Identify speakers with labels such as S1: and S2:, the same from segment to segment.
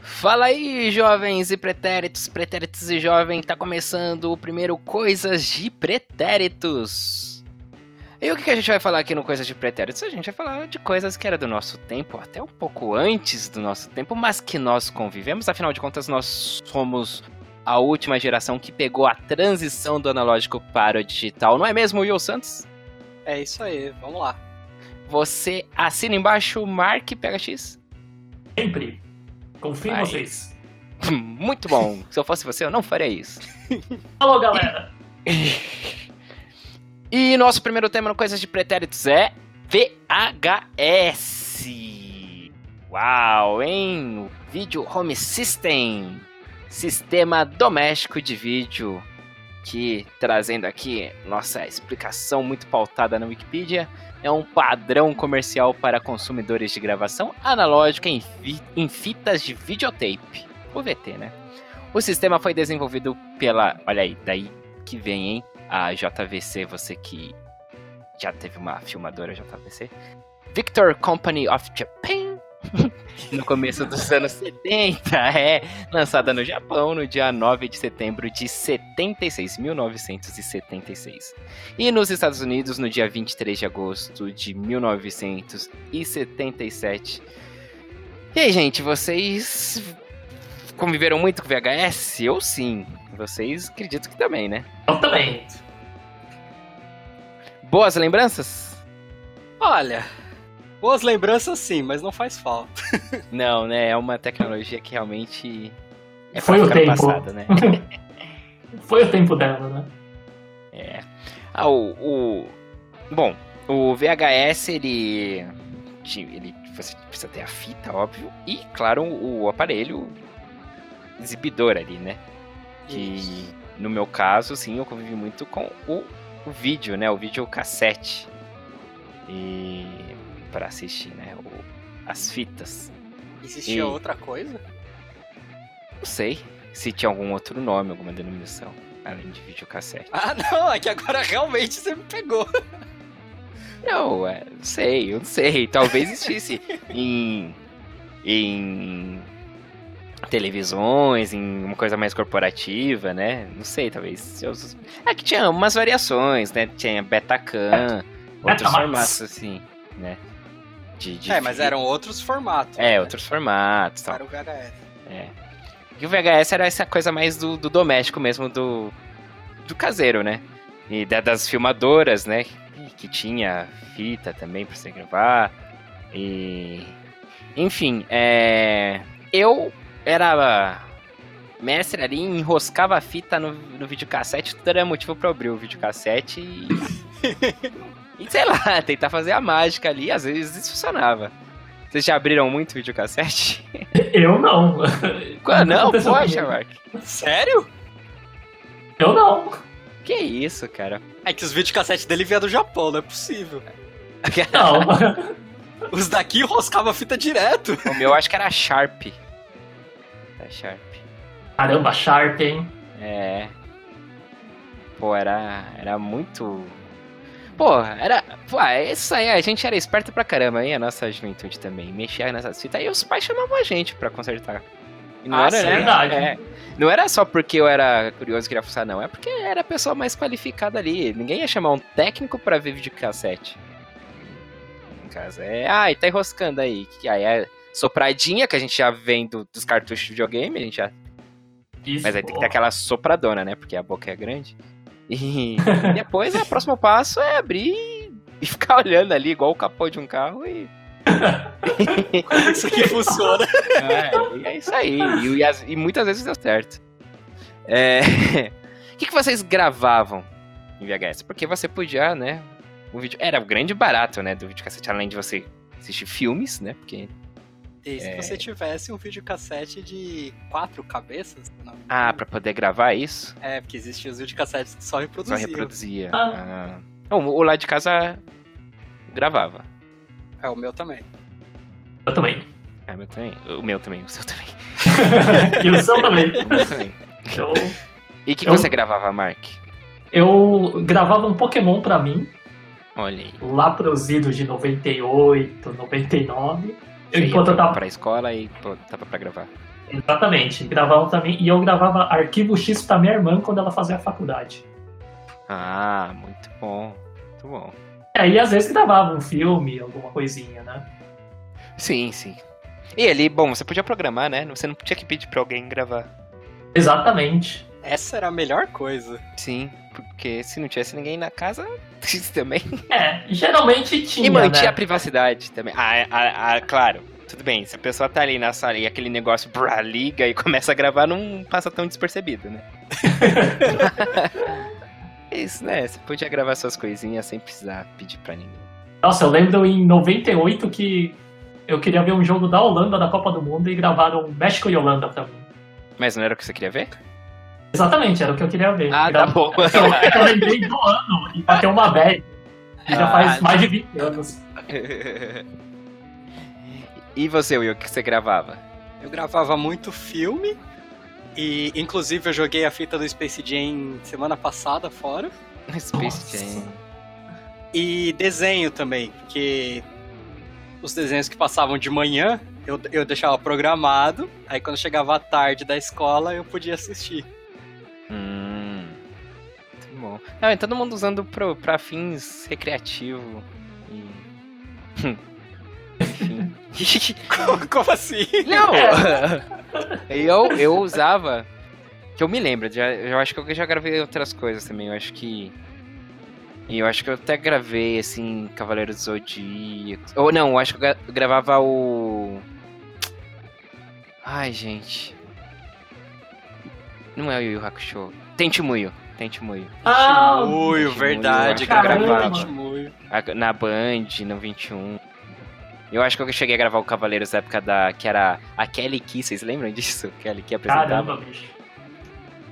S1: Fala aí, jovens e pretéritos, pretéritos e jovem, tá começando o primeiro Coisas de Pretéritos. E o que que a gente vai falar aqui no Coisas de Pretéritos? A gente vai falar de coisas que era do nosso tempo, até um pouco antes do nosso tempo, mas que nós convivemos, afinal de contas nós somos a última geração que pegou a transição do analógico para o digital, não é mesmo, Will Santos?
S2: É isso aí, vamos lá.
S1: Você assina embaixo, marque PHX?
S3: Sempre. Confio
S1: Vai.
S3: em vocês.
S1: Hum, Muito bom, se eu fosse você eu não faria isso.
S3: Alô, galera.
S1: E nosso primeiro tema no Coisas de Pretéritos é VHS. Uau, hein? O Video Home System. Sistema doméstico de vídeo. Que, trazendo aqui nossa explicação muito pautada na Wikipedia, é um padrão comercial para consumidores de gravação analógica em, fi- em fitas de videotape. O VT, né? O sistema foi desenvolvido pela. Olha aí, daí que vem, hein? a JVC, você que já teve uma filmadora JVC, Victor Company of Japan, no começo dos anos 70, é lançada no Japão no dia 9 de setembro de 76, 1976. E nos Estados Unidos no dia 23 de agosto de 1977. E aí, gente, vocês conviveram muito com VHS? Eu sim. Vocês acredito que também, né?
S3: Eu também.
S1: Boas lembranças?
S2: Olha, boas lembranças sim, mas não faz falta.
S1: Não, né? É uma tecnologia que realmente é
S3: Foi
S1: pra
S3: o
S1: ficar no
S3: tempo.
S1: passado, né?
S3: Foi o tempo dela, né?
S1: Ah, o, o- Bom, o VHS, ele... ti- ele. Você precisa ter a fita, óbvio. E, claro, o aparelho exibidor ali, né? Que no meu caso, sim, eu convivi muito com o, o vídeo, né? O videocassete. E. para assistir, né? o- as fitas.
S2: Existia
S1: E-
S2: outra coisa?
S1: Não sei se tinha algum outro nome, alguma denominação, além de videocassete.
S2: Ah, não, é que agora realmente você me pegou.
S1: Não, é, não sei, eu não sei. Talvez existisse em, em televisões, em uma coisa mais corporativa, né? Não sei, talvez. eu- É que tinha umas variações, né? Tinha Betacam, outros
S3: Betamax.
S1: formatos assim, né? De, de
S2: É, mas
S1: fita.
S2: eram outros formatos. né?
S1: É, outros formatos, tal.
S2: Era o VHS.
S1: E o VHS era essa coisa mais do, do doméstico mesmo, do, do caseiro, né? E da- das filmadoras, né? Que tinha fita também pra você gravar. E. Enfim, é. Eu era mestre ali, enroscava a fita no, no videocassete, tudo era motivo pra eu abrir o videocassete e. e sei lá, tentar fazer a mágica ali, às vezes isso funcionava. Vocês já abriram muito videocassete?
S3: Eu não.
S1: Qual- Ah, Não,
S3: aconteceu
S1: poxa,
S3: comigo.
S1: Mark.
S2: Sério?
S3: Eu não.
S1: Que isso, cara?
S2: É que os videocassetes dele vinha do Japão, não é possível.
S3: Não.
S2: Os daqui roscavam a fita direto.
S1: O meu acho que era Sharp. Era Sharp.
S3: Caramba, Sharp, hein?
S1: É. Pô, era. Era muito. Pô, era. Pô, é isso aí, a gente era esperto pra caramba, hein? A nossa juventude também. Mexia nessas fitas. Aí os pais chamavam a gente pra consertar. E não
S2: Ah,
S1: era,
S2: sim,
S1: né?
S3: verdade.
S1: É. Não era só porque eu era curioso e queria fuçar, não. É porque era a pessoa mais qualificada ali. Ninguém ia chamar um técnico pra ver videocassete. Em casa é. Ah, e tá enroscando aí. Que aí é sopradinha que a gente já vem do- dos cartuchos de videogame, a gente já
S3: Isso,
S1: mas aí tem que
S3: pô.
S1: ter aquela sopradona, né? Porque a boca é grande. E depois, né, o próximo passo é abrir e ficar olhando ali, igual o capô de um carro e.
S2: Isso aqui funciona.
S1: É, e é isso aí. E, e as- e muitas vezes deu certo. É, O que, que vocês gravavam em VHS? Porque você podia, né? O vídeo... Era o grande barato, né? Do videocassete, além de você assistir filmes, né? Porque.
S2: E
S1: É.
S2: se você tivesse um videocassete de quatro cabeças? Não.
S1: Ah, pra poder gravar isso,
S2: É, porque existiam os videocassetes que só
S1: só
S2: reproduziam.
S1: reproduzia.
S3: Ah.
S1: Ah. Não, o lá de casa gravava.
S2: É, o meu também.
S3: Eu também.
S1: Ah, meu também. O meu também, o seu também.
S3: e o seu também.
S1: O meu também.
S3: Eu,
S1: E o que
S3: Eu-
S1: você gravava, Mark?
S3: eu gravava um Pokémon pra mim,
S1: Olha aí.
S3: lá pros idos de 98, 99.
S1: Você ia
S3: Enquanto eu tava-
S1: pra escola e pô, tava pra gravar.
S3: Exatamente. Gravava também. E eu gravava arquivo X pra minha irmã quando ela fazia a faculdade.
S1: Ah, muito bom. Muito bom.
S3: É, E aí às vezes gravava um filme, alguma coisinha, né?
S1: Sim, sim. E ali, bom, você podia programar, né? Você não tinha que pedir pra alguém gravar.
S3: Exatamente.
S2: Essa era a melhor coisa.
S1: Sim, porque se não tivesse ninguém na casa, isso também.
S3: É, geralmente tinha.
S1: E mantinha a
S3: né?
S1: privacidade também. Ah, ah, ah, claro. Tudo bem, se a pessoa tá ali na sala e aquele negócio brá, liga e começa a gravar, não passa tão despercebido, né? É Isso, né? Você podia gravar suas coisinhas sem precisar pedir pra ninguém.
S3: Nossa, eu lembro em 98 que eu queria ver um jogo da Holanda da Copa do Mundo e gravaram México e Holanda pra mim.
S1: Mas não era o que você queria ver?
S3: Exatamente, era o que eu queria ver.
S1: Ah, tá
S3: Grava-
S1: bom.
S3: Eu, eu lembrei do ano e bateu uma bad. E já
S2: Ah,
S3: faz mais de 20 anos.
S1: e você, Will, o que você gravava?
S2: Eu gravava muito filme. E, inclusive, eu joguei a fita do Space Jam semana passada fora.
S1: Space Jam.
S2: E desenho também, porque os desenhos que passavam de manhã eu, eu deixava programado. Aí, quando chegava à tarde da escola, eu podia assistir.
S1: Hum. Muito bom. Não, e todo mundo usando pro, pra fins recreativo. E... Enfim.
S2: Como, como assim?
S1: Não! eu, eu usava. Que eu me lembro, já, eu acho que eu já gravei outras coisas também. Eu acho que. E eu acho que eu até gravei, assim, Cavaleiros do Zodíaco. Ou não, eu acho que eu gra- gravava o. Ai, gente. Não é o Yu Yu Hakusho. Tente Muyo. Tente Muyo.
S3: Ah,
S2: Ui,
S1: Timoio,
S2: verdade, que eu
S3: acho que
S2: gravava
S3: caramba.
S2: Timoio.
S1: A- na Band, no 21. Eu acho que eu cheguei a gravar o Cavaleiros da época da. que era a Kelly Key, vocês lembram disso? Kelly que apresentava
S3: caramba, bicho.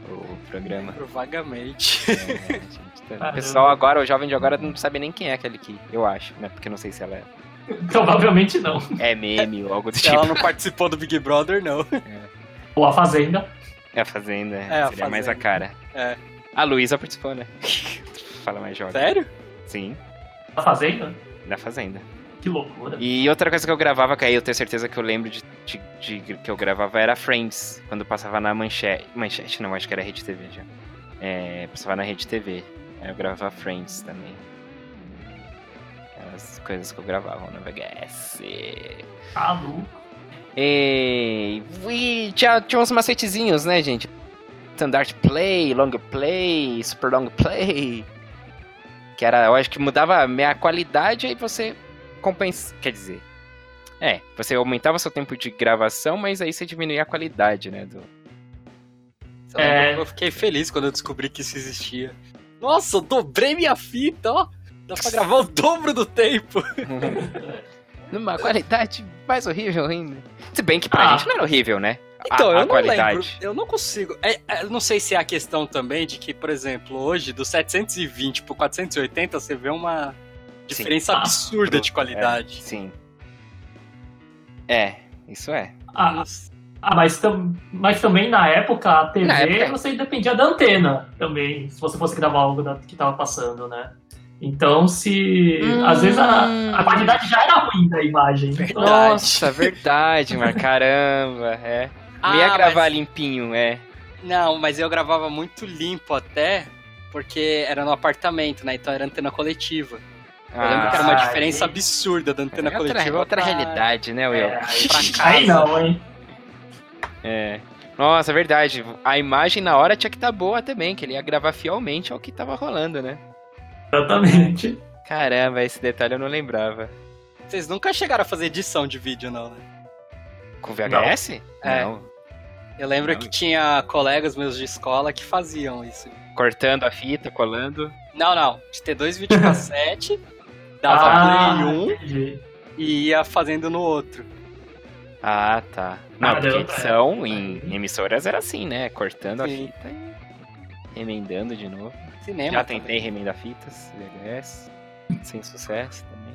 S1: o programa.
S2: Lembro Vagamente.
S1: É, gente, tá-
S3: Caramba.
S1: o pessoal agora, o jovem de agora não sabe nem quem é a Kelly Key, eu acho, né? Porque eu não sei se ela é,
S3: Provavelmente não.
S1: é meme ou algo do
S2: Se ela
S1: tipo.
S2: não participou do Big Brother, não.
S3: Ou a Fazenda.
S1: É a Fazenda,
S2: É a
S1: seria mais a
S2: Fazenda.
S1: cara.
S2: É.
S1: A Luísa participou, né? Fala mais jovem.
S2: Sério?
S1: Sim,
S3: A Fazenda?
S1: da Fazenda.
S3: Que loucura.
S1: E outra coisa que eu gravava, que aí eu tenho certeza que eu lembro de, de- de- que eu gravava era Friends, quando passava na manchete. Manchete não, acho que era Rede TV já. É, passava na Rede TV. Aí eu gravava Friends também. As coisas que eu gravava na VHS.
S3: Tá louco.
S1: E, e tinha, tinha uns macetezinhos, né, gente? Standard play, long play, super long play. Que era, eu acho que mudava a minha qualidade e você compensa. Quer dizer. É, você aumentava seu tempo de gravação, mas aí você diminuía a qualidade, né? Do...
S2: Sei lá,
S3: É.
S2: Eu fiquei feliz quando eu descobri que isso existia. Nossa, eu dobrei minha fita, ó. Dá pra gravar o dobro do tempo.
S1: Numa qualidade mais horrível ainda. Se bem que pra
S3: Ah.
S1: gente não era horrível, né? A-
S2: Então,
S1: a
S2: eu não
S1: qualidade.
S2: lembro. Eu não consigo. É, é, eu não sei se é a questão também de que, por exemplo, hoje, do 720 pro 480, você vê uma diferença
S3: Ah.
S2: absurda
S1: É.
S2: de qualidade.
S1: Sim. É, isso é.
S3: Ah,
S2: Nossa.
S3: ah, mas, tam- mas também na época a TV
S1: Na época-
S3: você dependia da antena também, se você fosse gravar algo da- que tava passando, né? Então se. Às vezes a, a qualidade já era ruim da imagem. Então,
S2: Hum. Verdade.
S1: Nossa, é verdade, mas caramba, é. Não ia
S2: Ah,
S1: gravar
S2: mas-
S1: limpinho, é.
S2: Não, mas eu gravava muito limpo até, porque era no apartamento, né? Então era antena coletiva. Eu lembro que era uma
S3: Ah,
S2: diferença
S3: sim.
S2: absurda da
S1: é
S2: antena
S1: outra,
S2: coletiva. Ah,
S1: outra
S2: pra-
S1: realidade, né, Will?
S3: é,
S2: pra
S3: aí,
S2: casa.
S3: aí não, hein?
S1: É. Nossa, verdade. A imagem na hora tinha que estar boa também, que ele ia gravar fielmente ao que tava rolando, né?
S3: Exatamente.
S1: Caramba, esse detalhe eu não lembrava.
S2: Vocês nunca chegaram a fazer edição de vídeo, não, né?
S1: Com VHS?
S2: É.
S1: Não.
S2: Eu lembro
S1: Não.
S2: que tinha colegas meus de escola que faziam isso.
S1: Cortando a fita, colando.
S2: Não, não. De ter dois videocassete, dava play em um
S3: Ah, entendi.
S2: e ia fazendo no outro.
S1: Ah, tá. Não, porque
S3: Caramba,
S1: edição em em emissoras era assim, né? Cortando
S2: Sim.
S1: a fita e remendando de novo.
S2: Cinema.
S1: Já
S2: também.
S1: tentei remendar fitas, VHS, sem sucesso também.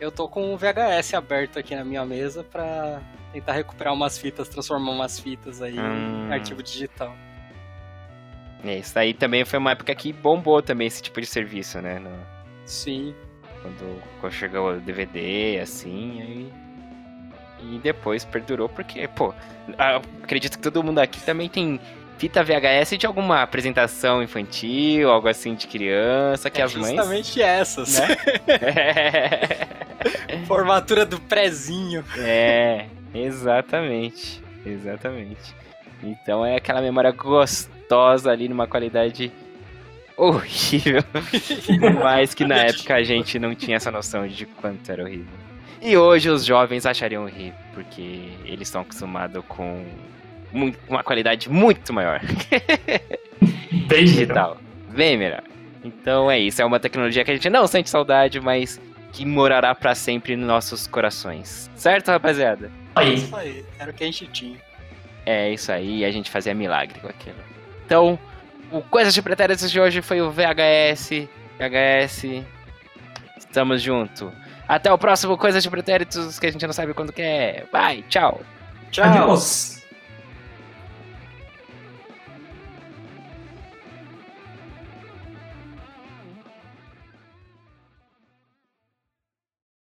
S2: Eu tô com um o VHS aberto aqui na minha mesa pra tentar recuperar umas fitas, transformar umas fitas aí
S1: Hum.
S2: em arquivo digital.
S1: É, isso aí também foi uma época que bombou também esse tipo de serviço, né? No-
S2: Sim.
S1: quando, quando chegou o DVD, assim, aí E depois perdurou porque, pô, ah, acredito que todo mundo aqui também tem fita VHS de alguma apresentação infantil, algo assim de criança, que
S2: É
S1: as mães.
S2: Justamente essas, né? Formatura do prezinho.
S1: É, exatamente. Exatamente. Então é aquela memória gostosa ali numa qualidade horrível. Mas que na época a gente não tinha essa noção de quanto era horrível. E hoje os jovens achariam horrível, porque eles estão acostumados com mu- uma qualidade muito maior
S3: Bem legal.
S1: digital. Bem melhor. Então é isso, é uma tecnologia que a gente não sente saudade, mas que morará pra sempre nos nossos corações. Certo, rapaziada?
S3: Aí,
S2: Isso aí, era o que a gente tinha.
S1: É isso aí, a gente fazia milagre com aquilo. Então, o Coisas de Pretéritos de hoje foi o VHS. VHS. Estamos junto. Até o próximo Coisas de Pretéritos, que a gente não sabe quando que é. Vai, tchau.
S2: Tchau.
S3: adeus.